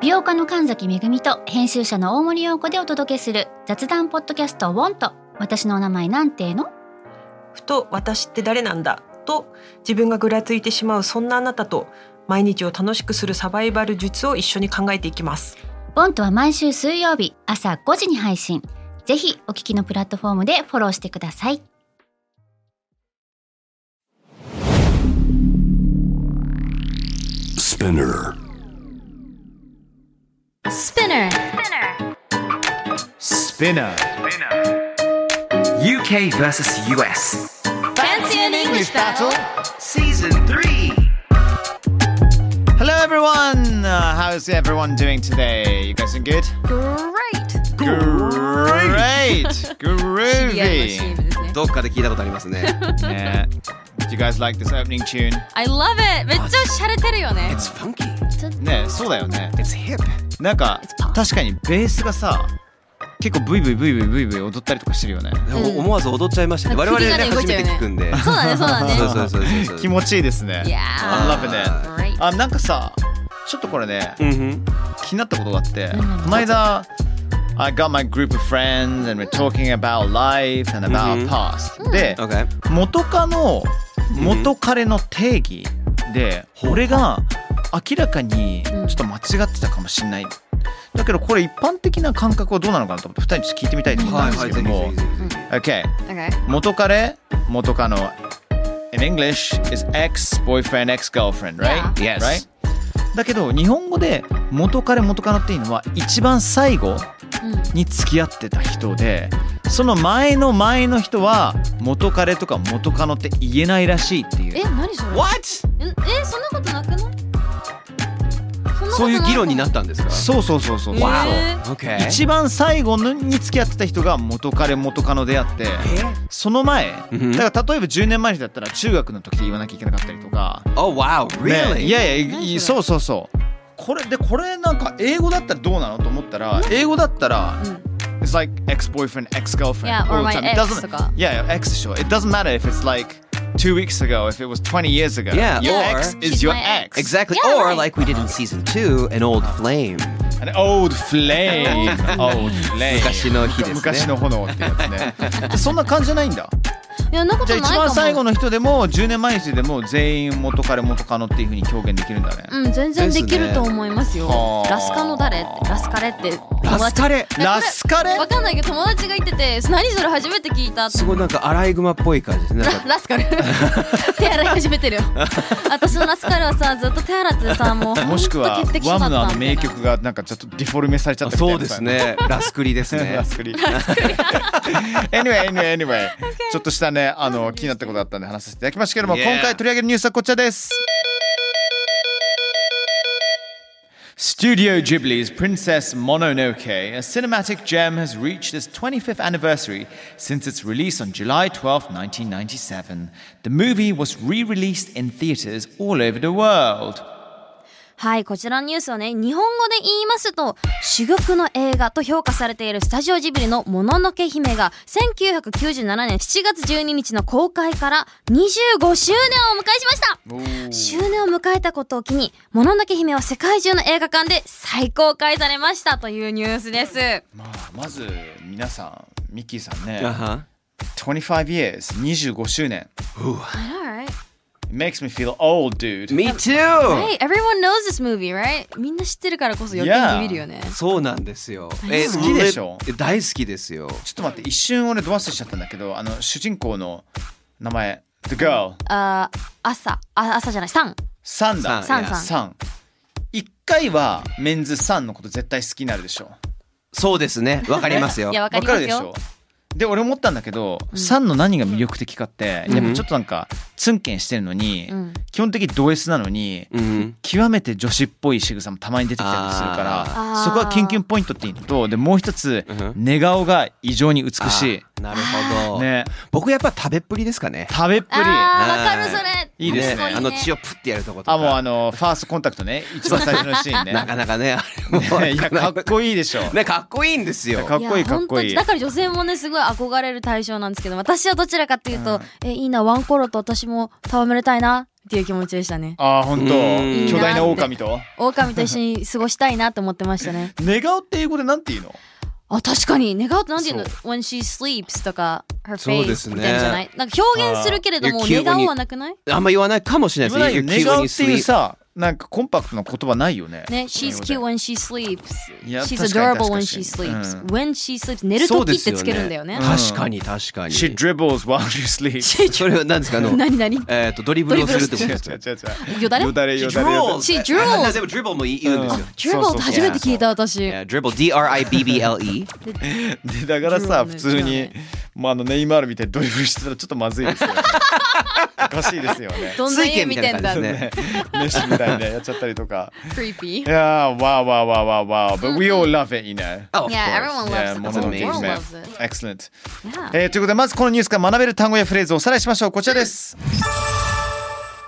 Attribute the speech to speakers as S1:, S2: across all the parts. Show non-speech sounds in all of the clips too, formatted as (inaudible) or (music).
S1: 美容家の神崎めぐみと編集者の大森洋子でお届けする雑談ポッドキャストウォンと私のお名前なんての
S2: ふと私って誰なんだと自分がぐらついてしまうそんなあなたと毎日を楽しくするサバイバル術を一緒に考えていきます
S1: ウォンとは毎週水曜日朝5時に配信ぜひお聞きのプラットフォームでフォローしてください
S3: スピンナー
S4: Spinner.
S5: Spinner.
S6: UK versus US.
S4: Fancy an English battle?
S6: Season 3.
S5: Hello, everyone. Uh, how's everyone doing today? You guys doing good?
S4: Great.
S5: Great. Groovy.
S7: どっかで聞いたことありますね。
S5: Yeah. Do you guys like this opening tune?
S4: I love it. めっちゃ洒落てる
S7: (laughs)
S4: よね。
S7: It's funky.
S5: ねそうだよね。
S7: It's hip.
S5: なんか
S4: It's pop.
S5: 確かにベースがさ、結構ブイブイブイブイブイブイ踊ったりとかしてるよね。
S4: うん
S7: 思わず踊っちゃいましたね。我々ね、
S4: 首がね動い
S7: 初
S4: ちゃ
S7: め
S4: うよ
S7: て
S4: ね
S7: 聞くんで。
S4: そうだね、そうだね。
S7: そうそうそうそう。
S5: 気持ちいいです
S4: いやー
S5: ね。I'm loving it.
S4: Great.
S5: あ、なんかさ、ちょっとこれね、
S7: うんふん。
S5: 気になったことがあって、こ
S1: 何
S5: の間、I got my group of friends and we're talking about life and about
S7: うん
S5: past. で、
S7: Okay.
S5: 元カノ
S7: うん
S5: 元彼の定義で俺が明らかにちょっと間違ってたかもしれないだけどこれ一般的な感覚はどうなのかなと思って2人にちょっと聞いてみたいと思ったんですけども OK
S4: Okay.
S5: 元彼元カノ In English is ex boyfriend ex girlfriend right?
S6: Yes.
S5: right? だけど日本語で元彼元カノっていうのは一番最後
S4: うん
S5: に付き合ってた人でその前の前の人は元彼とか元カノって言えないらしいってい
S4: え、
S5: う
S4: 何それ
S7: What?
S4: んえ、そんなことなくない
S7: そういう議論にな
S4: っ
S7: ったんですか
S5: そうそうそうそう、
S4: わお
S7: ?Okay.
S5: 一番最後のに付き合ってた人が元彼元カノであってその前
S7: うんうん
S5: だから例えば10年前の人だったら中学の時で言わなきゃいけなかったりとか、
S7: Oh wow.
S5: ね
S7: Really?
S5: いやいや
S4: 何
S5: いそうそうそうこれでこれなんか英語だったらどうなのと思ったら英語だったら
S4: うん
S5: It's like ex boyfriend, ex girlfriend.
S4: Yeah, or my ex とか
S5: Yeah, yeah, ex でしょ。It doesn't matter if it's like two weeks ago, if it was 20 years ago.
S7: Yeah,
S5: your
S7: or-
S5: ex
S4: She's
S5: is your
S4: my
S5: ex.
S7: Exactly.
S4: Yeah,
S7: Or
S4: right.
S7: like we did in season 2, an old flame.
S5: An old flame.
S4: (laughs)
S5: old flame.
S7: 昔の火ですね
S5: 昔の炎ってやつね。
S4: (laughs)
S5: じゃあそんな感じじゃないんだ。
S4: いや、そんなこ
S5: じ
S4: と
S5: ゃあ
S4: ない
S5: 一
S4: かも。
S5: 番最後の人でも10年前の人でも全員元彼元カノっていうふうに表現できるんだね。
S4: うん、全然できると思いますよ。
S5: はあ
S4: ラスカの誰って、ラスカレって友達。
S7: ラスカレ
S5: ラスカレ
S4: わかんないけど友達が言ってて、何それ初めて聞いたって
S7: すごいなんかアライグマっぽい感じですね。なん
S4: ラ
S7: か
S4: ラスカル (laughs) 手洗い始めて
S5: (laughs)
S4: るよ私のラスカルはさずっと手洗ってさもう
S5: (laughs) もしくは
S4: ほんと潔癖
S5: ワ
S4: 症だ
S5: ム
S4: っ
S5: のあ
S4: た
S5: の
S4: みたいな
S5: 名曲がなんかちょっとディフォルメされちゃったみたいな
S7: そうですね。ラスクリですね
S5: ラ。スクリ。anyway, anyway,
S4: (laughs)
S5: anyway. ちょっとしたね、あの気になったことがあったんで話させていただきましたけども、
S6: Yeah.
S5: 今回取り上げるニュースはこちらです。Studio Ghibli's Princess Mononoke, a cinematic gem, has reached its 25th anniversary since its release on July 12, 1997. The movie was re released in theaters all over the world.
S4: はいこちらのニュースはね日本語で言いますと珠玉の映画と評価されているスタジオジブリの「もののけ姫」が1997年7月12日の公開から25周年をお迎えしました周年を迎えたことを機に「もののけ姫」は世界中の映画館で再公開されましたというニュースです
S5: まあ、まず皆さん、ミッキーさんね、
S7: あは
S5: 25 years、25周年。
S4: Alright
S5: It makes me feel old, dude.
S7: Me too!
S4: Hey, everyone knows this movie, right? みんな知ってるからこそ余計に見るよね。
S7: そうなんですよ。
S5: 好きでしょ
S7: え大好きですよ。
S5: ちょっと待って一瞬俺ド忘れしちゃったんだけどあの主人公の名前 The Girl
S4: あー朝あ、朝じゃない、サン。
S5: サンだ
S4: サンサン
S5: サン一回はメンズサンのこと絶対好きになるでしょ
S7: そうですね。わかりますよ
S4: (laughs) い。や、わか
S5: わ
S4: り
S5: か
S4: ま
S5: る
S4: す
S5: でしょ
S4: よ。
S5: で俺思ったんだけど、サンの何が魅力的かって、
S7: うん
S5: やっぱちょっとなんかツンケンしてるのに、
S4: うん
S5: 基本的にド S なのに、
S7: うん。
S5: 極めて女子っぽい仕草もたまに出てきたりするから
S4: あー
S5: そこはキュンキュンポイントっていうのとでもう一つ、
S7: うん
S5: 寝顔が異常に美し
S7: あなるほ
S5: い
S7: ど。
S5: ね
S7: 僕やっぱ食べっぷりですかね。
S5: 食べっぷり
S4: あー、わかる、それ。
S5: いいですね
S4: ご
S7: あの血をプッてやるとことか。
S5: あもうあのファーストコンタクトね一番最初のシーン
S7: (laughs)
S5: ね
S7: なかなかね、あれも
S5: いやかっこいいでしょ
S7: ね、かっこいいんですよ。
S5: かっこいいかっこいい
S4: や本当にだから女性もねすごい憧れる対象なんですけど私はどちらかっていうと、えいいなワンコロと私も戯れたいなっていう気持ちでしたね
S5: ああ本当
S7: うん
S5: 巨大な狼と
S4: 狼と一緒に過ごしたいなと思ってましたね
S5: 寝顔って英語でなんて言うの
S4: あ確かに寝顔ってなんて言うの
S5: そ
S4: When she sleeps とか her
S7: そうで
S4: face
S7: す
S4: み
S7: ね
S4: たいなんじゃないなんか表現するけれども
S7: あー
S4: 寝顔はなくない
S7: あんま言わないかもしれ
S5: 言
S7: ない
S5: わない
S7: で
S5: よ
S7: す
S5: 寝顔っていうさなんかコンパクトな言葉ないよね
S4: ね She's
S5: 英
S4: cute
S5: 語
S4: when she sleeps
S5: いや
S4: She's
S5: 確か
S4: adorable
S5: に確か
S4: when
S5: に
S4: she sleeps
S5: うん
S4: When she sleeps 寝る時ってつけるんだよね
S5: そうですよね
S7: 確かに確かに。
S5: で She dribbles while she sleeps
S7: それは何ですかあの
S4: 何何
S7: えっとドリブルをするってこと
S5: 違う違
S7: ですか。
S5: う違う
S4: よだれ
S5: よだれよだれ
S7: She
S4: She drools
S7: あでもドリブルも言うんですよ。
S4: ジューボーって初めて聞いた
S7: い
S4: 私
S7: やドリブル D R I B B L E。
S5: でだからさ
S4: ジュールね
S5: 普通
S4: ジュー
S5: に
S4: ルね
S5: まああのネイマールみたいにドリブルしてたらちょっとまず
S4: (laughs)
S5: いですよねおかしいですよね
S4: どんな家見てんだ
S7: 水拳みたいな感じですね
S5: ねメッシみたいにねやっちゃったりとか
S4: Creepy
S5: いやーわーわーわーわーわー but we all love it you know
S7: Oh, of
S4: Yeah
S7: course.
S4: everyone loves it the
S5: も
S4: whole
S5: の
S4: world
S5: のけ
S7: Amazing.
S4: loves it
S5: Excellent、
S4: Yeah
S5: えーということでまずこのニュースから学べる単語やフレーズをおさらいしましょうこちらです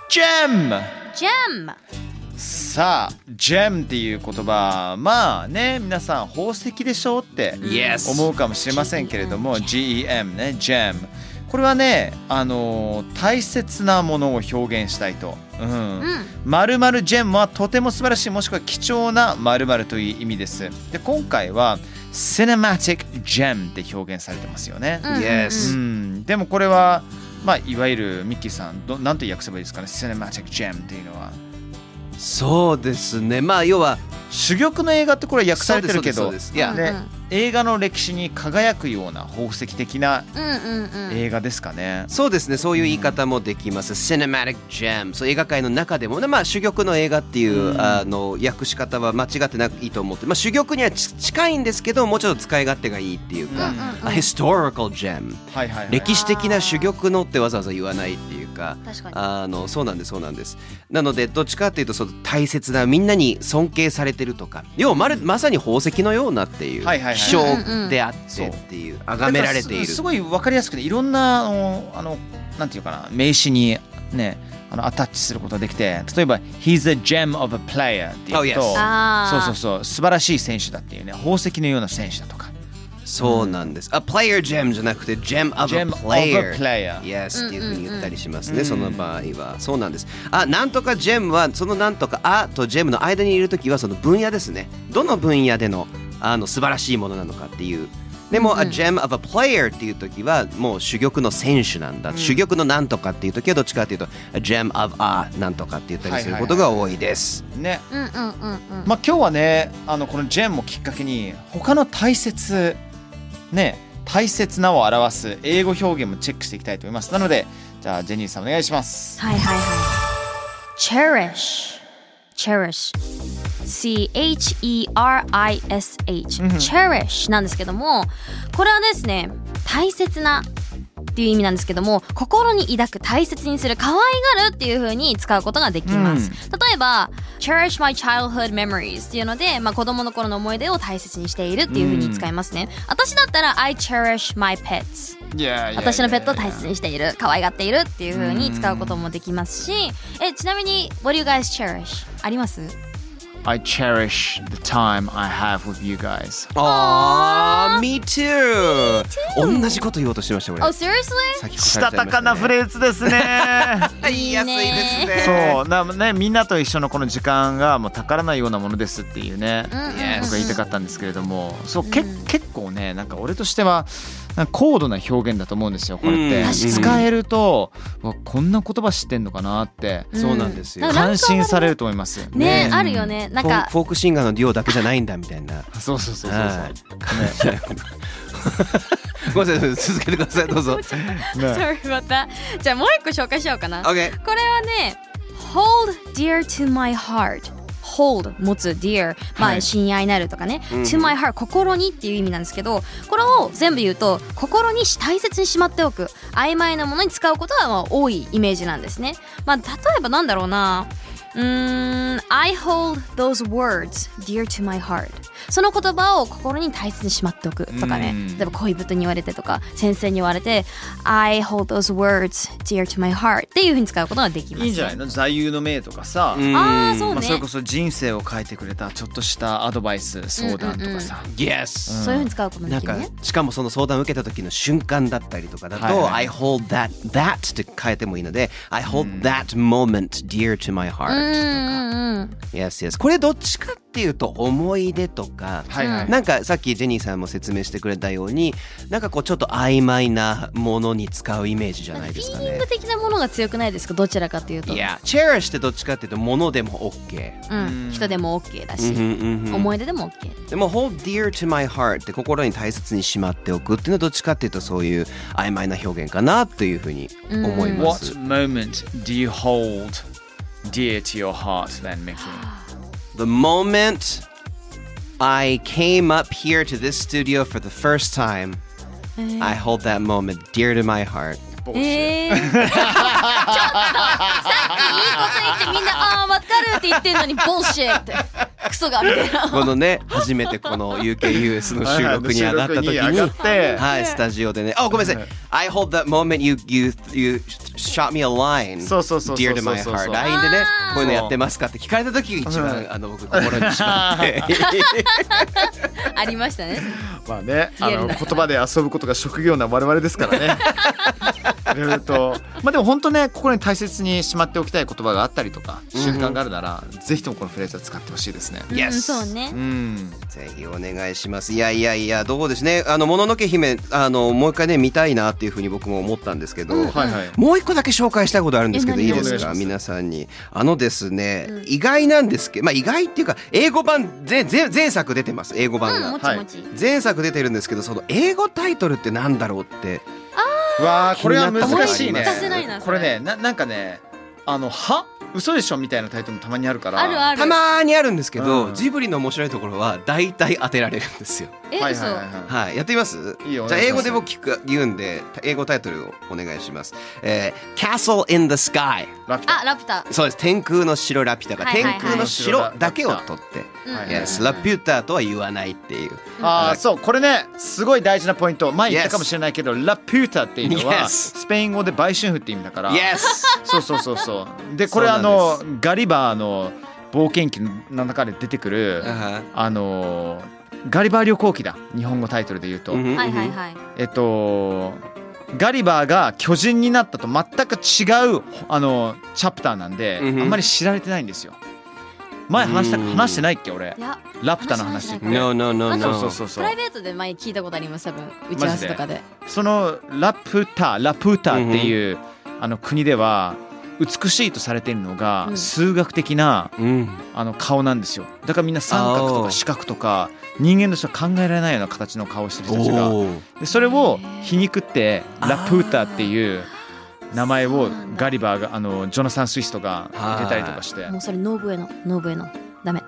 S5: ジェム
S4: Gem
S5: さあジェムっていう言葉まあね皆さん宝石でしょうって
S7: Yes
S5: 思うかもしれませんけれども GEM ねジェムこれはねあのー大切なものを表現したいと。うん
S4: うん
S5: 〇〇ジェムはとても素晴らしいもしくは貴重な〇〇という意味です。で今回は cinematic gem って表現されてますよね。
S4: うんうんうん
S7: Yes
S5: うん、でもこれはまあいわゆるミッキーさんどなんて訳せばいいですかね cinematic gem っていうのは。
S7: そうですね。まあ要は
S5: 珠玉の映画ってこれ訳されてるけ
S7: そう
S5: ど
S7: ですそうですそうですいや
S4: うん
S5: ね映画の歴史に輝くような宝石的な
S4: うんうんうん
S5: 映画ですかね。
S7: そうですねそういう言い方もできます、Cinematic Gem そう映画界の中でも、ねまあ、珠玉の映画っていう、
S5: うん
S7: あの訳し方は間違ってないいと思って、まあ、珠玉にはち近いんですけどもうちょっと使い勝手がいいっていうか、
S5: うんうんうん
S4: mm,
S7: A Historical Gem
S5: はいはいはい。
S7: 歴史的な珠玉のってわざわざ言わないっていうか
S4: 確かに
S7: あのそうなんですそうなんですなのでどっちかっていうとその大切なみんなに尊敬されてるとか要はまるまさに宝石のようなっていう
S5: はいはいはい
S7: 希少であってっていう崇められてい
S5: だから
S7: る
S5: すすごいわかりやすくていろんなあのあのなんていうかな名詞にねあのアタッチすることができて例えば「He's a gem of a player」っていうと、
S7: Oh, yes.
S4: あ
S5: そう
S4: ー
S5: そうそう素晴らしい選手だっていうね宝石のような選手だとか
S7: そうなんです。A player gem じゃなくて gem of a
S5: Gem of
S7: player。
S5: a player
S7: Yes っていうふうに言ったりしますね、
S5: うん
S7: その場合は。そうなんです。あ、なんとか gem はそのなんとかあと gem の間にいるときはその分野ですね。どの分野でのあの素晴らしいものなのかっていう。でも、
S4: うん
S7: a gem of a player っていうときはもう珠玉の選手なんだ、珠玉のなんとかっていうときはどっちかっていうと a gem of a なんとかって言ったりすることが多いです。
S5: ね
S4: うんうんうんうん
S5: まあ今日はねあのこの「ジェン」もきっかけに他の大切ね大切なを表す英語表現もチェックしていきたいと思いますなのでじゃあジェニーさんお願いします
S4: はいはいはい。cherish cherish C H E R I S H
S5: うん
S4: cherish なんですけども、これはですね、大切なっていう意味なんですけども、心に抱く大切にする可愛がるっていう風に使うことができます。
S5: うん
S4: 例えば cherish my childhood memories っていうので、まあ子供の頃の思い出を大切にしているっていう風に使いますね。私だったら I cherish my pets
S5: いや
S4: 私のペットを大切にしている可愛がっているっていう風に使うこともできますしえちなみに What do you guys cherish? あります
S5: I cherish the time I have with you guys
S7: ああ、me too! 同じこと言おうとしてました、俺
S4: Oh seriously?
S7: 先越
S5: し
S7: されちゃい
S5: た
S7: ましたね
S5: かなフレーズですね
S7: 言いやすいですね。
S5: (laughs) そうなねみんなと一緒のこの時間がもう宝のようなものですっていうね、
S4: うんうんうん
S5: 僕が言いたかったんですけれどもそう、け結構ねなんか俺としてはなんか高度な表現だと思うんですよこれって、
S7: うん
S4: 確かに
S5: 使えると、うわこんな言葉知ってんのかなって
S7: そうなんですよ
S4: な。んか
S5: 感心されると思います
S4: ね
S5: うん
S4: あるよねなん
S7: フォー
S4: か
S7: フォークシンガーのデュオだけじゃないんだみたいな。
S5: そうそうそうそう
S7: はい
S5: そ
S7: ごめんなさい、続けてください、どうぞ。
S5: う、
S4: (laughs)
S5: ね
S4: Sorry about that じゃあもう一個紹介しようかな
S7: OK。
S4: (laughs) これはね Hold dear to my heart Hold 持つ dear ま
S5: は
S4: あ
S5: い
S4: 親愛なるとかね、
S7: うん
S4: to my heart 心にっていう意味なんですけどこれを全部言うと心に大切にしまっておく曖昧なものに使うことはまあ多いイメージなんですねまあ例えばなんだろうなうーん I hold those words dear to my heart その言葉を心に大切にしまっておくとかね、
S5: うん
S4: 例えば恋人に言われてとか先生に言われて I hold those words dear to my heart っていうふうに使うことができます、ね、
S5: いいんじゃないの座右の銘とかさ、
S7: うん
S4: ああそうね、
S5: まあ、そ
S4: そ
S5: れこそ人生を変えてくれたちょっとしたアドバイス相談とかさ、
S7: Yes
S4: ういうふうに使うことも
S7: な
S4: で
S7: ん
S4: きる
S7: か
S4: ね
S7: しかもその相談を受けた時の瞬間だったりとかだと、
S5: はいは
S7: I
S5: い
S7: hold that that って変えてもいいので、I hold that moment dear to my
S4: うん
S7: heart、
S4: うんうん
S7: yes yes これどっちかっていうと思い出とか、
S5: はいはい、
S7: なんかさっきジェニーさんも説明してくれたようになんかこうちょっと曖昧なものに使うイメージじゃないですか
S4: フィーリン
S7: ね
S4: グ的なものが強くないですかどちらかというと、
S7: いや cherish ってどっちかっていうと物でも OK
S4: うん、人でも OK だ
S7: うんう
S4: し、
S7: んうんうん
S4: 思い出でも OK
S7: でも hold dear to my heart って心に大切にしまっておくっていうのはどっちかっていうとそういう曖昧な表現かなというふうに思いま
S5: What
S7: す。
S5: moment do you hold dear to your heart then, Mickey?
S7: The moment I came up here to this studio for the first time, I hold that moment dear to my heart.
S4: えー、 (laughs) ちょっとさっきいいこと言ってみんな「ああーわかる」って言ってんのに「ボンシェ」ってクソがみたいな
S7: このね、初めてこの UKUS の収録に上がった時に、
S5: 収録に上がって
S7: はい、スタジオでね、あ、ごめんなさい。I hold that moment you, you, you shot me a line
S5: そうそうそうそうそう
S7: dear to my heart. LINE でね、こういうのやってますかって聞かれた時が一
S5: (laughs)
S7: 番、あ (laughs) の、僕心にしまって。
S4: ありましたね
S3: まあね、あ
S4: リアル
S3: の
S4: な
S3: 言葉で遊ぶことが職業な我々ですからね。いろいろと、まあでも本当ね、心に大切にしまっておきたい言葉があったりとか、習慣があるなら、ぜひともこのフレーズは使ってほしいですね。
S4: うんそうね
S5: うん、
S7: ぜひお願いします。いやいやいや、どうですね。あの、もののけ姫、あの、もう一回ね、見たいなっていうふうに僕も思ったんですけど、
S3: はいはい。
S7: もう一個だけ紹介したいことあるんですけど
S4: え
S7: いい
S4: 何
S7: です
S3: お願いし
S7: か
S3: ます
S7: 皆さんにあのですね、意外なんですけどまあ意外っていうか英語版全全前作出てます英語版
S4: うん
S7: が、
S4: もちもち、
S7: 前作出てるんですけどその英語タイトルってなんだろうって
S5: わあこれは難し
S7: 気に
S5: いね
S7: なったことあります聞かせ
S4: ないなそれ
S5: これねななんかねあの「は嘘でしょ」みたいなタイトルもたまにあるから
S4: あるある
S7: たまーにあるんですけど、
S5: うん
S7: ジブリの面白いところは大体当てられるんですよ
S4: え
S5: はい
S4: 嘘
S5: はいはいはい
S7: はいやってみます
S5: いいよ
S7: じゃあ
S5: お願いし
S7: 英
S5: ます
S7: 語で僕聞く言うんで英語タイトルをお願いします、えー Castle in the Sky
S5: ラピュタ
S4: あラプタ
S7: そうです天空の城ラピュタが、
S4: はいはいはい
S7: 天空の城だけを取って、
S4: うん
S5: はい
S7: Yes ラピュタとは言わないっていう
S5: ああそうこれねすごい大事なポイント前言ったかもしれないけど、ラピュータっていうのは
S7: Yes
S5: スペイン語で売春婦って意味だから、
S7: (laughs) Yes
S5: そうそうそうそうでこれ
S7: そうな
S5: あ
S7: ん
S5: の
S7: です
S5: ガリバーの冒険記の中で出てくる、
S7: Uh-huh.
S5: あのガリバー旅行記だ日本語タイトルで言うと、
S7: Mm-hmm,
S4: ーはいはいはい
S5: えっとガリバーが巨人になったと全く違うあのチャプターなんで、
S7: うんうん
S5: あんまり知られてないんですよ前話した
S7: うん
S5: 話してないっけ俺
S4: いや
S5: ラプタの話って
S4: 話し
S7: No, no, no,
S4: あ
S5: そう
S7: no.
S5: そうそう
S4: プ
S5: そ
S4: ライ
S5: う
S4: ベートで前聞いたことあります多分打ち合わせとかで
S5: そのラプタラプータっていう、あの国では美しいとされているのが、
S4: うん
S5: 数学的な
S7: うん、
S5: あの顔なんですよだからみんな三角と
S7: あー
S5: か四角とか人間としては考えられないような形の顔をしてる人たちが
S7: おー
S5: でそれを皮肉ってラプーターっていう名前をガリバーがあのジョナサン・スイストが入れたりとかして
S4: もうそれノーブエノノーブエノダメ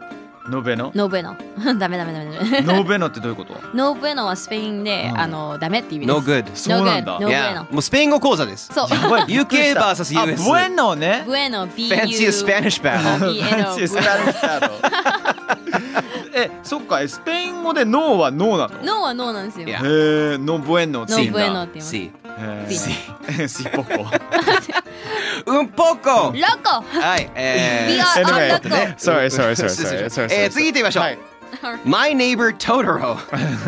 S5: ノベ (laughs) ノ
S4: ノーブエノ (laughs) ダメダメダメダメ
S5: ノベノってどういうこと
S4: (laughs) ノーブエノはスペインで、
S5: うん
S4: あのダメって意味です
S7: No good.
S5: そうなんだ
S4: No good. No
S7: い
S4: bueno.
S7: や、もうスペイン語講座です。 (laughs)
S4: そう
S5: やばい
S7: UK vs
S5: あ
S7: US
S5: ブエノね
S4: Bueno, B U
S7: Fancy a Spanish battle.
S4: B N O
S5: ス
S4: (laughs)
S5: ペラルスターの (laughs) えそっかえスペイン語でノーはノーなの
S4: No は No なんですよ。
S7: いや
S5: へえノブエノって
S4: ノ
S5: 言
S4: ー
S5: うん
S4: ブエ
S5: だ
S4: ノっ
S7: (laughs)
S4: て言います。
S7: See.
S5: へ
S4: シ
S7: (laughs)
S5: ーシポコ
S7: うんぽこ。
S4: (laughs) ロコ
S7: はい、
S4: We
S7: え
S4: are
S5: え
S4: on
S5: え
S4: the go!
S5: sorry sorry
S7: ー (laughs)
S5: sorry
S7: 失礼し
S5: sorry
S7: ま
S5: sorry
S7: したえー次行ってみましょう。My neighbor
S4: (laughs)
S7: Totoro.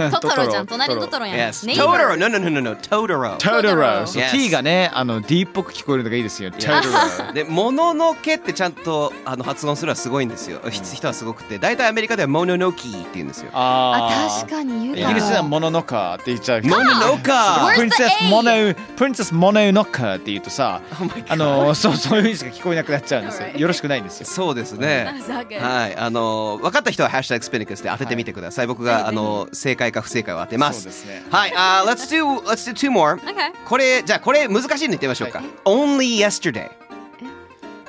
S4: トトロじゃん、
S5: トトロ
S4: 隣トトロやん。
S7: Yes.
S4: ネイバ
S7: Totoro.
S4: ー (laughs)
S7: No, no, no, no, no. Totoro.
S5: タルロ
S7: Yes
S5: T がねあの D っぽく聞こえるのがいいですよタルロ
S7: で、もののけってちゃんとあの発音するのはすごいんですよ。人はすごくて、大体アメリカではモノノキーって言うんですよ。
S5: あ
S4: あ、確かに言
S5: イ
S4: う
S5: ギ
S4: か
S5: リスでは
S4: も。
S5: モノノカーって言っちゃうけど
S7: モノノカー。
S4: Where's the
S5: プリンセス
S4: A？
S5: モノプリンセスモノノカーって言うとさ
S7: Oh my God
S5: あのそうそう (laughs) いう意味しか聞こえなくなっちゃうんですよ
S4: Alright
S5: よろしくないんですよ
S7: そうですね。はい、あの分かった人はハッシュタグスペニックスで当ててみてください。僕があの正解か不正解を当てます。
S5: そうですね
S7: はい、あ、let's do let's do two more。
S4: Okay.
S7: これじゃあこれ難しいの言ってみましょうか。Only yesterday。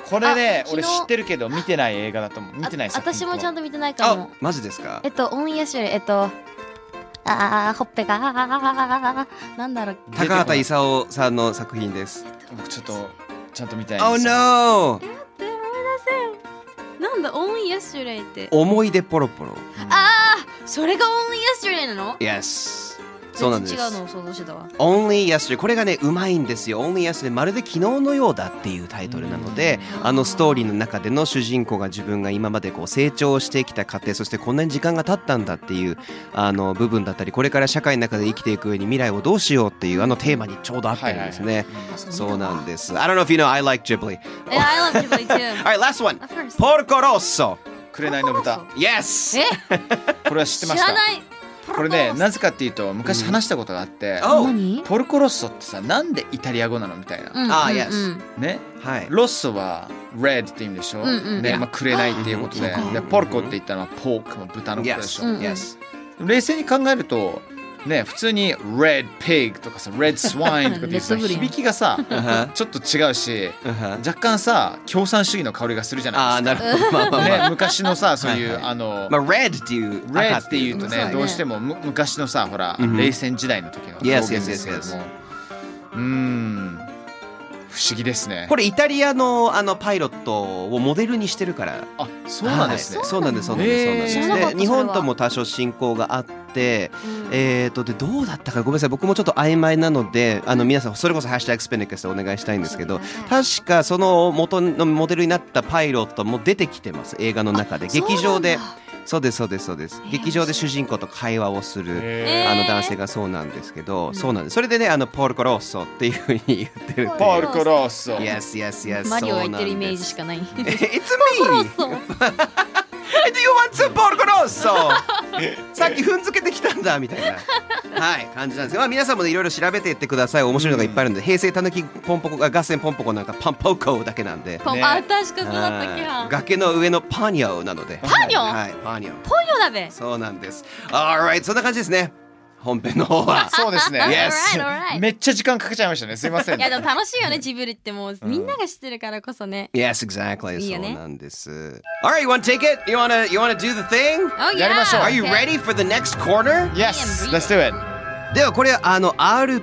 S5: これね
S4: あ
S5: 俺知
S4: 昨日
S5: ってるけど見てない映画だと思う見てない
S4: あ私もちゃん
S5: と
S4: と見てないか
S7: あ
S4: も。、
S7: マジですか
S4: え。っと、オンヤシュレ、えっと、あー、ほっぺが、なんだろう。
S7: 高畑勲さんの作品です。
S5: 僕ちょっとちゃんと見たい
S7: Oh
S5: んですよ
S7: no。
S4: 思い出せん。なんだ、オンヤシュレって。
S7: 思い出ポロポロ。
S4: あそれが Only Yesterday なの
S7: Yes そうなんです
S4: 全然違うのを想像してたわ
S7: Only Yesterday これがねうまいんですよ Only Yesterday まるで昨日のようだっていうタイトルなのであのストーリーの中での主人公が自分が今までこう成長してきた過程そしてこんなに時間が経ったんだっていうあの部分だったりこれから社会の中で生きていく上に未来をどうしようっていうあのテーマにちょうど合ってるんですねそうなんです I don't know if you know I like Ghibli
S4: Yeah, I love Ghibli too
S7: (laughs) Alright last one
S4: Of course
S7: Porco Rosso
S5: 紅の豚
S7: Yes
S4: え
S5: これは知って
S4: 知
S5: ました
S4: らない
S5: これねなぜかっていうと昔話したことがあって、
S7: Oh
S4: 何
S5: ポルコロッソってさなんでイタリア語なのみたいな、
S4: うん
S7: あ
S4: うん
S7: yes
S4: うん
S5: ね
S7: はい
S5: ロッソは red って意味でしょ、
S4: うんうん
S5: で、まあ、紅っていうことで
S7: うん
S5: でポルコって言ったのはポークも豚のことでし
S7: Yes
S5: ょ、
S4: うん
S7: Yes
S5: 冷静に考えるとね普通に red pig とかさ red swine とかっていう
S4: (laughs)
S5: さ
S4: レッドブルやん
S5: 響きがさ
S7: Uh-huh
S5: ちょっと違うし
S7: Uh-huh
S5: 若干さ共産主義の香りがするじゃ
S7: あ
S5: な
S7: あ
S5: い
S7: なるほどまあまあ
S5: で
S7: ま
S5: すか、
S7: あ
S5: (laughs) ね、昔のさそういう、
S7: (laughs) はいはい
S5: あの、
S7: まあ、red っていう
S5: red っていうと
S4: そうだ
S5: ね
S4: ね
S5: どうしてもむ昔のさほら、
S7: うん
S5: 冷戦時代の時の
S7: Yes,
S5: 表現ですけども
S7: yes, yes, yes.
S5: うーん不思議ですね
S7: これイタリアのあのパイロットをモデルにしてるから
S5: あそうなんですね、
S7: はいそうなんですそうなんです、そ
S5: へー
S7: う
S4: 知ら
S7: なん
S4: なか
S7: です
S4: った
S7: で日
S4: それ
S7: 本
S4: は
S7: とも多少親交があって
S4: うん
S7: えー、とでどうだったかごめんなさい僕もちょっと曖昧なのであの皆さんそれこそ「ハッシュタグスペネクス」でお願いしたいんですけど確かその元のモデルになったパイロットも出てきてます映画の中で劇場でそうですそうですそうです、
S4: えー
S7: 劇場で主人公と会話をする、
S4: えー
S7: あの男性がそうなんですけど、そうなんですそれでねあのポルコロッソっていうふうに言ってるんで
S5: ポルコロッソ
S7: Yes, yes, yes.
S4: マリオが言ってるイメージ
S7: ジ。
S4: しかない
S7: It's
S4: そう (laughs)
S7: me!
S4: そう
S7: Do you want some porcorosso? さっき踏んづけてきたんだみたい
S4: (laughs)
S7: な。はい感じなんですけど、まあ、皆さんもねいろいろ調べていってください面白いのがいっぱいあるんで、平成たぬきポンポコが合戦ポンポコなんかパンポコだけなんで
S4: ポン
S5: ね
S4: あ確かそうだったっけ
S7: はい
S4: な
S7: 崖の上のパニョなので
S4: パニョ
S7: はいパニョ
S4: ポニョだべ
S7: そうなんです Alright そんな感じですね本編の方
S4: (laughs)
S7: は
S5: そうですね
S7: Yes
S4: Alright, alright.
S5: めっちゃ時間かけちゃいましたねすいません
S4: いやでも楽しいよねジブリってもうみんなが知ってるからこそね
S7: Yes exactly
S4: いいよね
S7: そうなんです Alright you wanna take it? You wanna, you wanna do the thing?
S4: Oh,
S5: やりましょう
S7: Are you ready for the next corner?
S5: Yes let's do it
S7: ではこれあの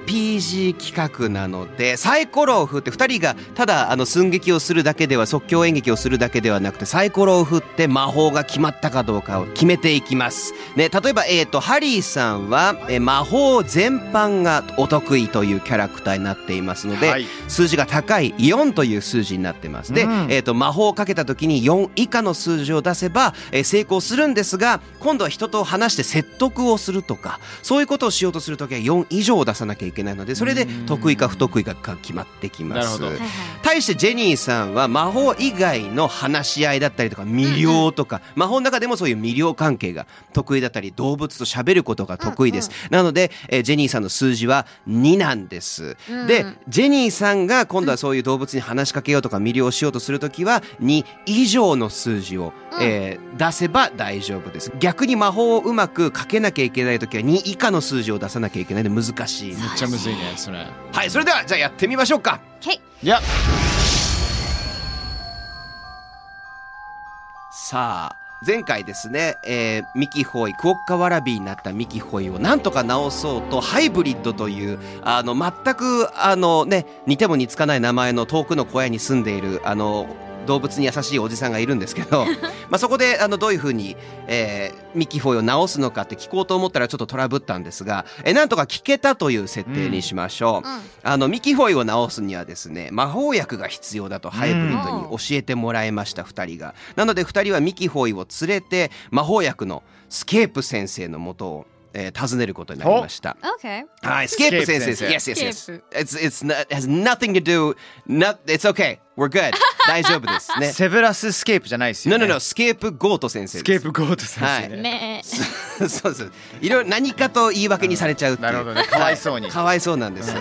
S7: RPG 企画なのでサイコロを振って2人がただあの寸劇をするだけでは即興演劇をするだけではなくてサイコロを振って魔法が決まったかどうかを決めていきます。ね、例えば、えー、とハリーさんは、えー魔法全般がお得意というキャラクターになっていますので、
S3: はい
S7: 数字が高い4という数字になってます。で、
S3: うん
S7: えー、と魔法をかけた時に4以下の数字を出せば、えー成功するんですが今度は人と話して説得をするとかそういうことをしようとする時は4以上を出さなきゃいけないのでそれで得意か不得意かが決まってきます。
S5: なるほど
S4: はいはい
S7: 対してジェニーさんは魔法以外の話し合いだったりとか魅了とか、魔法の中でもそういう魅了関係が得意だったり動物と喋ることが得意です、なので、えージェニーさんの数字は2なんです、
S4: うん
S7: でジェニーさんが今度はそういう動物に話しかけようとか魅了しようとするときは2以上の数字を、えー出せば大丈夫です逆に魔法をうまくかけなきゃいけないときは2以下の数字を出さなきゃいけないので難しい
S5: めっちゃむずいねそれ
S7: はいそれではじゃあやってみましょうか
S4: OK
S5: いや
S7: さあ前回ですね、えーミキホイクオッカワラビーになったミキホイをなんとか直そうとハイブリッドというあの全くあのね似ても似つかない名前の遠くの小屋に住んでいるあの動物に優しいおじさんがいるんですけどまあそこであのどういうふうに、えーミキホイを直すのかって聞こうと思ったらちょっとトラブったんですが、えーなんとか聞けたという設定にしましょう。あのミキホイを直すにはですね魔法薬が必要だとハイブリッドに教えてもらいました2人がなので2人はミキホイを連れて魔法薬のスケープ先生のもとを、えー訪ねることになりました
S4: OK
S7: はいスケープ先生です
S5: スケー
S7: Yes yes
S4: スケー
S7: yes It's, it's not, has nothing to do not, It's okay We're good 大丈夫ですね
S5: セブラススケープじゃないですよ
S7: No
S5: ね
S7: no no スケープゴート先生です
S5: スケープゴート先生ね
S4: ね
S7: (laughs)
S4: え
S7: そうですいろいろ何かと言い訳にされちゃうっていう
S5: なるほどねかわいそうに
S7: (laughs) かわいそうなんです。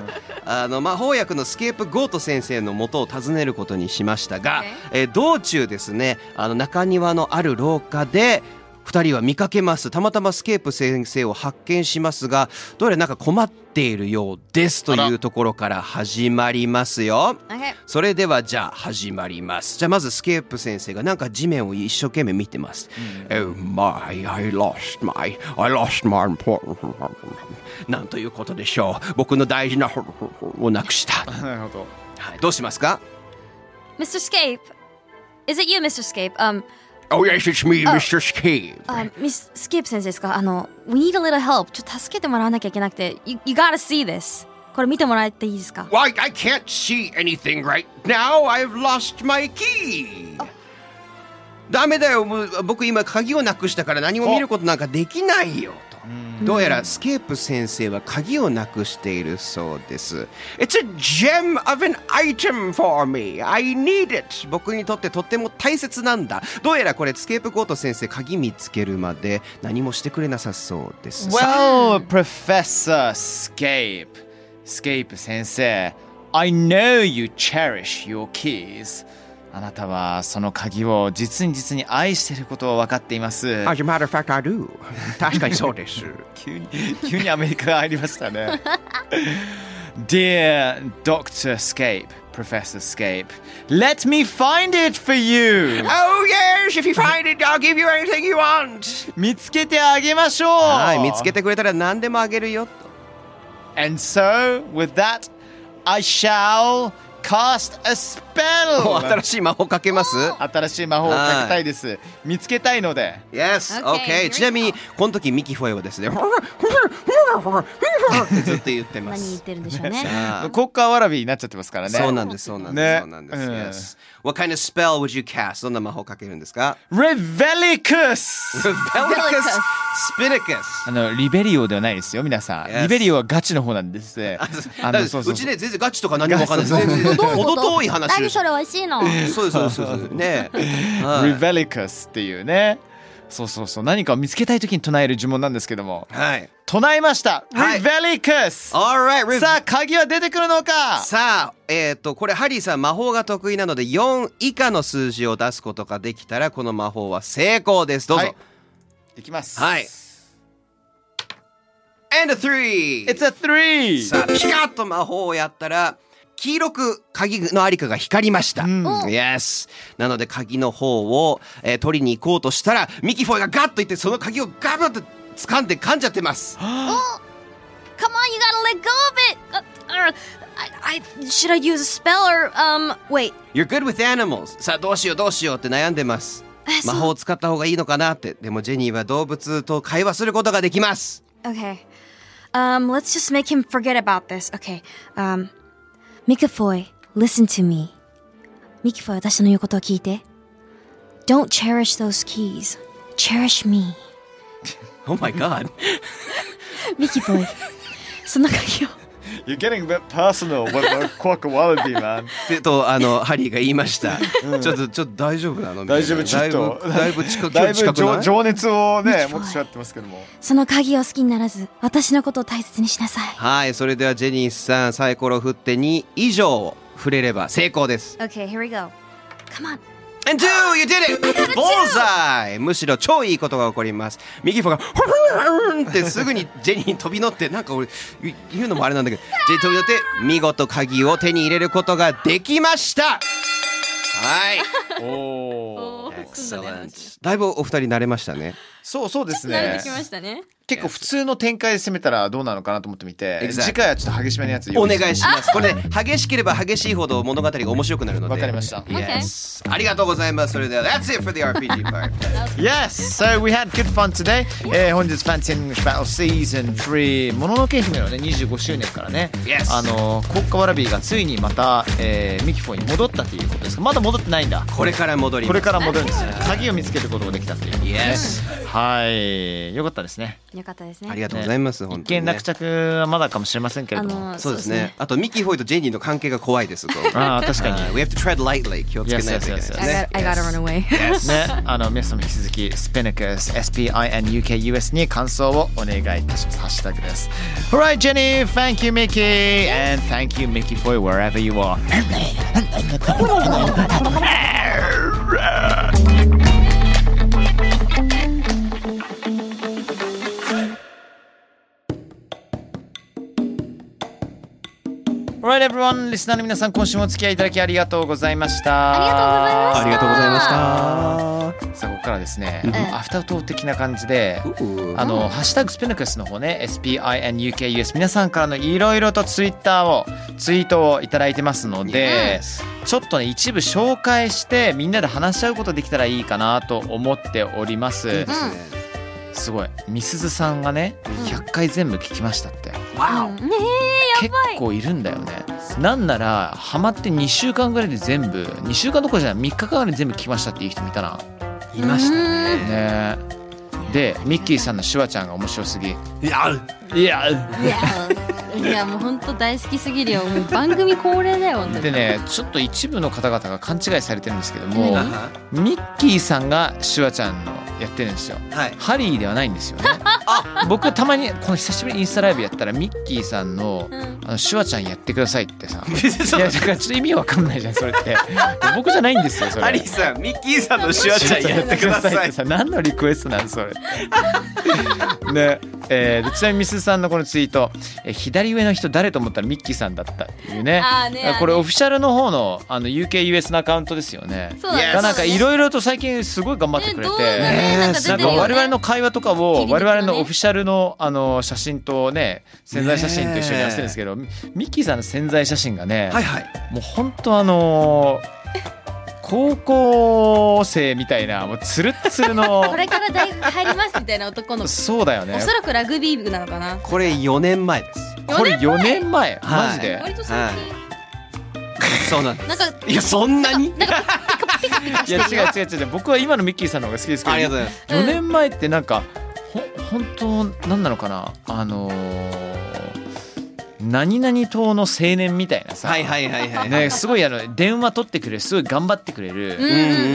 S7: あの魔法薬のスケープゴート先生の元を訪ねることにしましたが、えー道中ですねあの中庭のある廊下で2人は見かけますたまたまスケープ先生を発見しますがどうやらなんか困っているようですと
S5: あ
S7: いう
S5: ら
S7: ところから始まりますよ。
S4: OK
S7: それではじゃあ始まりますじゃあまずスケープ先生がなんか地面を一生懸命見てます、Oh my I lost my I lost my important なんということでしょう僕の大事なをなくした、
S5: なるほど
S7: はい、どうしますか
S4: Mr. Scape Is it you Mr. Scape? Um
S7: Oh yes, it's me,
S4: Oh.
S7: Mr. Steve.
S4: あミススキープ先生ですか Um, あの We need a little help ちょっと助けてもらわなきゃいけなくて you, you gotta see this これ見てもらっていいですか
S7: Why I can't see anything right now. I've lost my key. ダメだよ。もう僕今鍵をなくしたから何も見ることなんかできないよと。どうやらスケープ先生は鍵をなくしているそうです。It's a gem of an item for me. I need it. 僕にとってとっても大切なんだ。どうやらこれスケープゴート先生鍵見つけるまで何もしてくれなさそうです。
S5: Well, Professor Scape, Scape Sensei, I know you cherish your keys. あなたはその鍵を実に実に愛していることを分かっています。
S7: As a matter of fact, I do. 確かにそうです。
S5: 急に急にアメリカ入りましたね。Dear Dr. Scape, Professor Scape, let me find it for you!
S7: Oh yes, if you find it, I'll give you anything you want.
S5: 見つけてあげましょう
S7: はい、見つけてくれたら何でもあげるよと。
S5: And so, with that, I shall cast a
S7: (laughs) お
S5: spell!
S7: 新しい魔法かけます
S5: 新しい魔法をかけたいです。見つけたいので。
S7: ?Yes,
S4: Okay, here we
S7: okay.
S4: go.
S7: ちなみに、この時ミキフォイはですね、ってずっと言ってま
S4: 何言っ
S7: す。
S4: てるんでしょうね
S7: (laughs) あー
S5: 国家わらびになっちゃってますからね。
S7: そうなんです、そうなんで
S5: ね
S7: す、そうなんです。
S5: うん
S7: Yes. What kind of spell would you cast? どんな魔法かけるんですか (laughs)
S5: Revelicus!
S7: ?Revelicus Spinicus!
S5: あの、リベリオではないですよ、皆さん。
S7: Yes.
S5: リベリオはガチの方なんで
S7: (laughs)
S5: すね。
S7: だ
S5: あ
S7: から
S5: の、
S7: うちね、全然ガチとか何もわかんない。全然程遠い話です。
S4: 何
S7: そ
S4: そうれ美味しい
S7: (laughs)
S4: の
S7: です、そうです、そうです。ねはい
S5: リベリカスっていうね。そうそうそう。何かを見つけたいときに唱える呪文なんですけども。
S7: はい。
S5: 唱えました。
S7: はい
S5: リベリカス
S7: Alright,
S5: さあ、鍵は出てくるのか
S7: さあ、えっ、と、これハリーさん魔法が得意なので4以下の数字を出すことができたらこの魔法は成功です。どうぞ。
S5: はいいきます。
S7: はい And a three!
S5: It's a three!
S7: さあ、ピカッと魔法をやったら黄色く鍵のありかが光りました。Yes! なので鍵の方を、えー取りに行こうとしたらミキフォイがガッといってその鍵をガブッと掴んで噛んじゃってます。
S4: Come on, you gotta let go of it! Uh, uh, I, I, should I use a spell or, um, wait.
S7: You're good with animals! さあ、どうしようどうしようって悩んでます。魔法を使った方がいいのかなって。でもジェニーは動物と会話することができます。
S4: Okay. Um, let's just make him forget about this. Okay. Um, Mikafoy, listen to me. Mikafoy, 私の言うことを聞いて。Don't cherish those keys. Cherish me.
S7: Oh my god.
S4: Mikafoy, その鍵を。
S5: You're getting a bit personal with the quack wallaby, man.
S7: でとあのハリーが言いました。ちょっとちょっと大丈夫なの？みたい
S5: (laughs) 大
S7: な
S5: 丈夫、ちょっ (laughs) と。
S7: だいぶだいぶ近く
S5: だいぶ
S7: 近くな
S5: 情
S7: い。
S5: 情熱を (laughs) ね、持ってしまってますけども。
S4: その鍵を好きにならず、私のことを大切にしなさい。
S7: はい、それではジェニーさんサイコロ振って2以上触れれば成功です。
S4: Okay, here we go. Come on.
S7: And two, you did it! Bullseye! むしろ超いいことが起こります。右フォが、ホルンってすぐにジェニーに飛び乗って、なんか俺、言言うのもあれなんだけど、ジェニー飛び乗って、見事鍵を手に入れることができましたはい。
S5: おー
S7: Excellent. だいぶお二人慣れましたね。
S5: そうそうですね。
S4: したね。
S5: 結構普通の展開で攻めたらどうなのかなと思ってみて、
S7: Exactly.
S5: 次回はちょっと激しめのやつ
S7: お
S5: 用意
S7: 願
S5: して
S7: いします。これね、激しければ激しいほど物語が面白くなるので。
S5: わかりました。
S7: Yes. ありがとうございます。それでは、That's it for the RPG part.
S5: Yes! So we had good fun today. えー本日 Fancy English Battle Season 3もののけ姫のね25周年からね、
S7: Yes.
S5: あの国家わらびがついにまた、えーミキフォに戻ったということですがまだ戻ってないんだ。
S7: これから戻り
S5: こ
S7: ま
S5: れ
S7: す。
S5: から戻るんですね。鍵を見つけることができたっていうことですね。はい。よかったですね。
S4: よかったですね。
S7: ありがとうございます。
S5: 一
S7: 本当に
S5: 見
S7: ね
S5: 落着はまだかもしれませんけれども。
S4: あの
S7: そうですね。あと、ミキホイとジェニーの関係が怖いです。こう
S5: ああ、確かに。
S7: We have to tread lightly. 気をつけないといけないですね。
S4: I gotta run away. (laughs)
S5: ね、あの皆さんも引き続きスペニクス SPINUKUS に感想をお願いいたしますハッシュタグです Alright Jenny thank you Mickey and thank you Mickey for wherever you are Alright Alright everyone リスナーの皆さん今週もお付き合いいただきありがとうございました
S4: ありがとうございました
S7: ありがとうございました。
S5: さあここからですね、
S7: うん
S5: アフタートーク的な感じで、あの、ハッシュタグスピナクスの方ね SPINUKUS 皆さんからのいろいろとツイッターをツイートをいただいてますので、ちょっとね一部紹介してみんなで話し合うことできたらいいかなと思っております、すごいみすずさんがね100回全部聞きましたって、
S2: わ
S4: うんね
S5: 結構いるんだよねなんならハマって2週間ぐらいで全部2週間どころじゃない3日間ぐらいで全部聞きましたっていう人もいたな
S7: 言いました
S5: ね
S7: ね。
S5: えでミッキーさんのシュワちゃんが面白す
S7: い
S5: ぎ
S7: や、
S5: いや
S4: えいやいやもう本当大好きすぎるよもう番組恒例だよ本当に
S5: でねちょっと一部の方々が勘違いされてるんですけど
S4: う
S5: も
S4: ん
S5: ミッキーさんがシュワちゃんのやってるんですよ (laughs)
S7: はい。
S5: ハリーではないんですよね僕たまにこの久しぶりにインスタライブやったらミッキーさんの
S4: うん
S5: あのシュワちゃんやってくださいってさ
S7: そ
S5: いうやだからちょっと意味わかんないじゃんそ
S7: (laughs)
S5: れって僕じゃないんですよそれ
S7: ハリーさん、ミッキーさんのシュワちゃんやってください。
S5: さ何のリクエストなんそれねえーでちなみにミスさんのこのツイート「えー左上の人誰?」と思ったらミッキーさんだったっていうね
S4: あーねあーね
S5: これオフィシャルの方のあの UKUS のアカウントですよね
S4: そうだね
S5: がなんかいろいろと最近すごい頑張ってくれ
S4: ね
S5: て、
S4: 動画ねなんか出て
S5: な
S4: るよ
S5: ん
S4: ね
S5: か我々の会話とか
S4: 切り抜
S5: を
S4: きの
S5: 我
S4: ね
S5: 々のオフィシャルのあの写真とね潜在写真と一緒にやってるんですけど、ミッキーさんの潜在写真がね、
S7: はいはい。
S5: もう本当あのー高校生みたいなもうつるっつるの
S4: これから大学入りますみたいな男の子
S5: そうだよね
S4: おそらくラグビー部なのかな
S7: これ4年前です。
S5: これ4年前
S7: はい
S5: マジで、
S4: 割と最
S7: そうなんで
S4: 近なんか
S7: す。いや、そんなに。
S5: いや違う違う違う違う僕は今のミッキーさんの方が好きですけど
S7: ありがとうございます。
S4: とう
S5: 4年前ってなんかほ本当なんなのかなあのー何々党の青年みたいなさ、
S7: はいはいはいはい。
S5: ね、すごいあの電話取ってくれるすごい頑張ってくれる、
S4: うん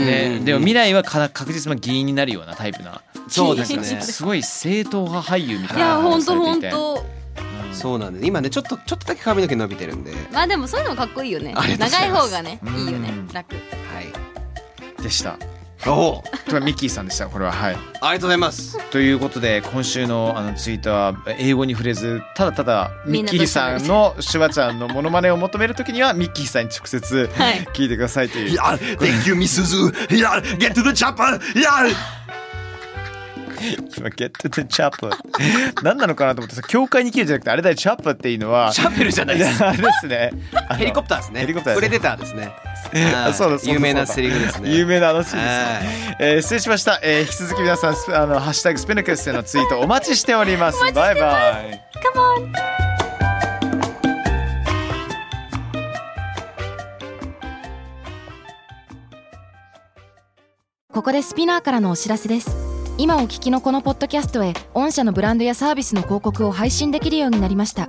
S5: ね、でも未来はか確実な議員になるようなタイプな
S7: そう (laughs) ですね。
S5: すごい正統派俳優みたい
S4: いや
S5: な
S4: 本
S5: をさ
S4: 当
S5: れて
S4: 本
S5: いて
S4: 当
S7: そうなんです。今ね、ちょっと、ちょっとだけ髪の毛伸びてるんで。
S4: まあでもそういうのもかっこいいよね
S7: ありがとうござ
S4: 長い
S7: います
S4: 方がねいいよね
S5: うん
S4: 楽
S7: はい。
S5: でした
S7: おお。
S5: とはミッキーさんでしたこれはは
S7: あ
S5: い
S7: りがとうございます。
S5: ということで今週のあのツイートは英語に触れずただただミッキーさんのシュワちゃんのモノマネを求めるときにはミッキーさんに直接
S4: はい
S5: 聞いてくださいという、
S7: や、Thank you, Miss Zu. いや、Get to the chopper. いや。
S5: 今ゲットでチャップ何なのかなと思ってさ教会に切るじゃなくてあれだよチャップっていうのは
S7: シャベルじゃないです。
S5: あれですねあの
S7: ヘリコプターですね。
S5: ヘリコプターです
S7: プレデターですね。
S5: あそうだそうだそうだ
S7: 有名なセリフですね。
S5: 有名な話ですね
S7: はい、
S5: えー、失礼しました、えー、引き続き皆さんスペあのハッシュタグスペネクスへのツイートお待ちしておりますバイバイ
S8: ここでスピナーからのお知らせです今お聞きのこのポッドキャストへ御社のブランドやサービスの広告を配信できるようになりました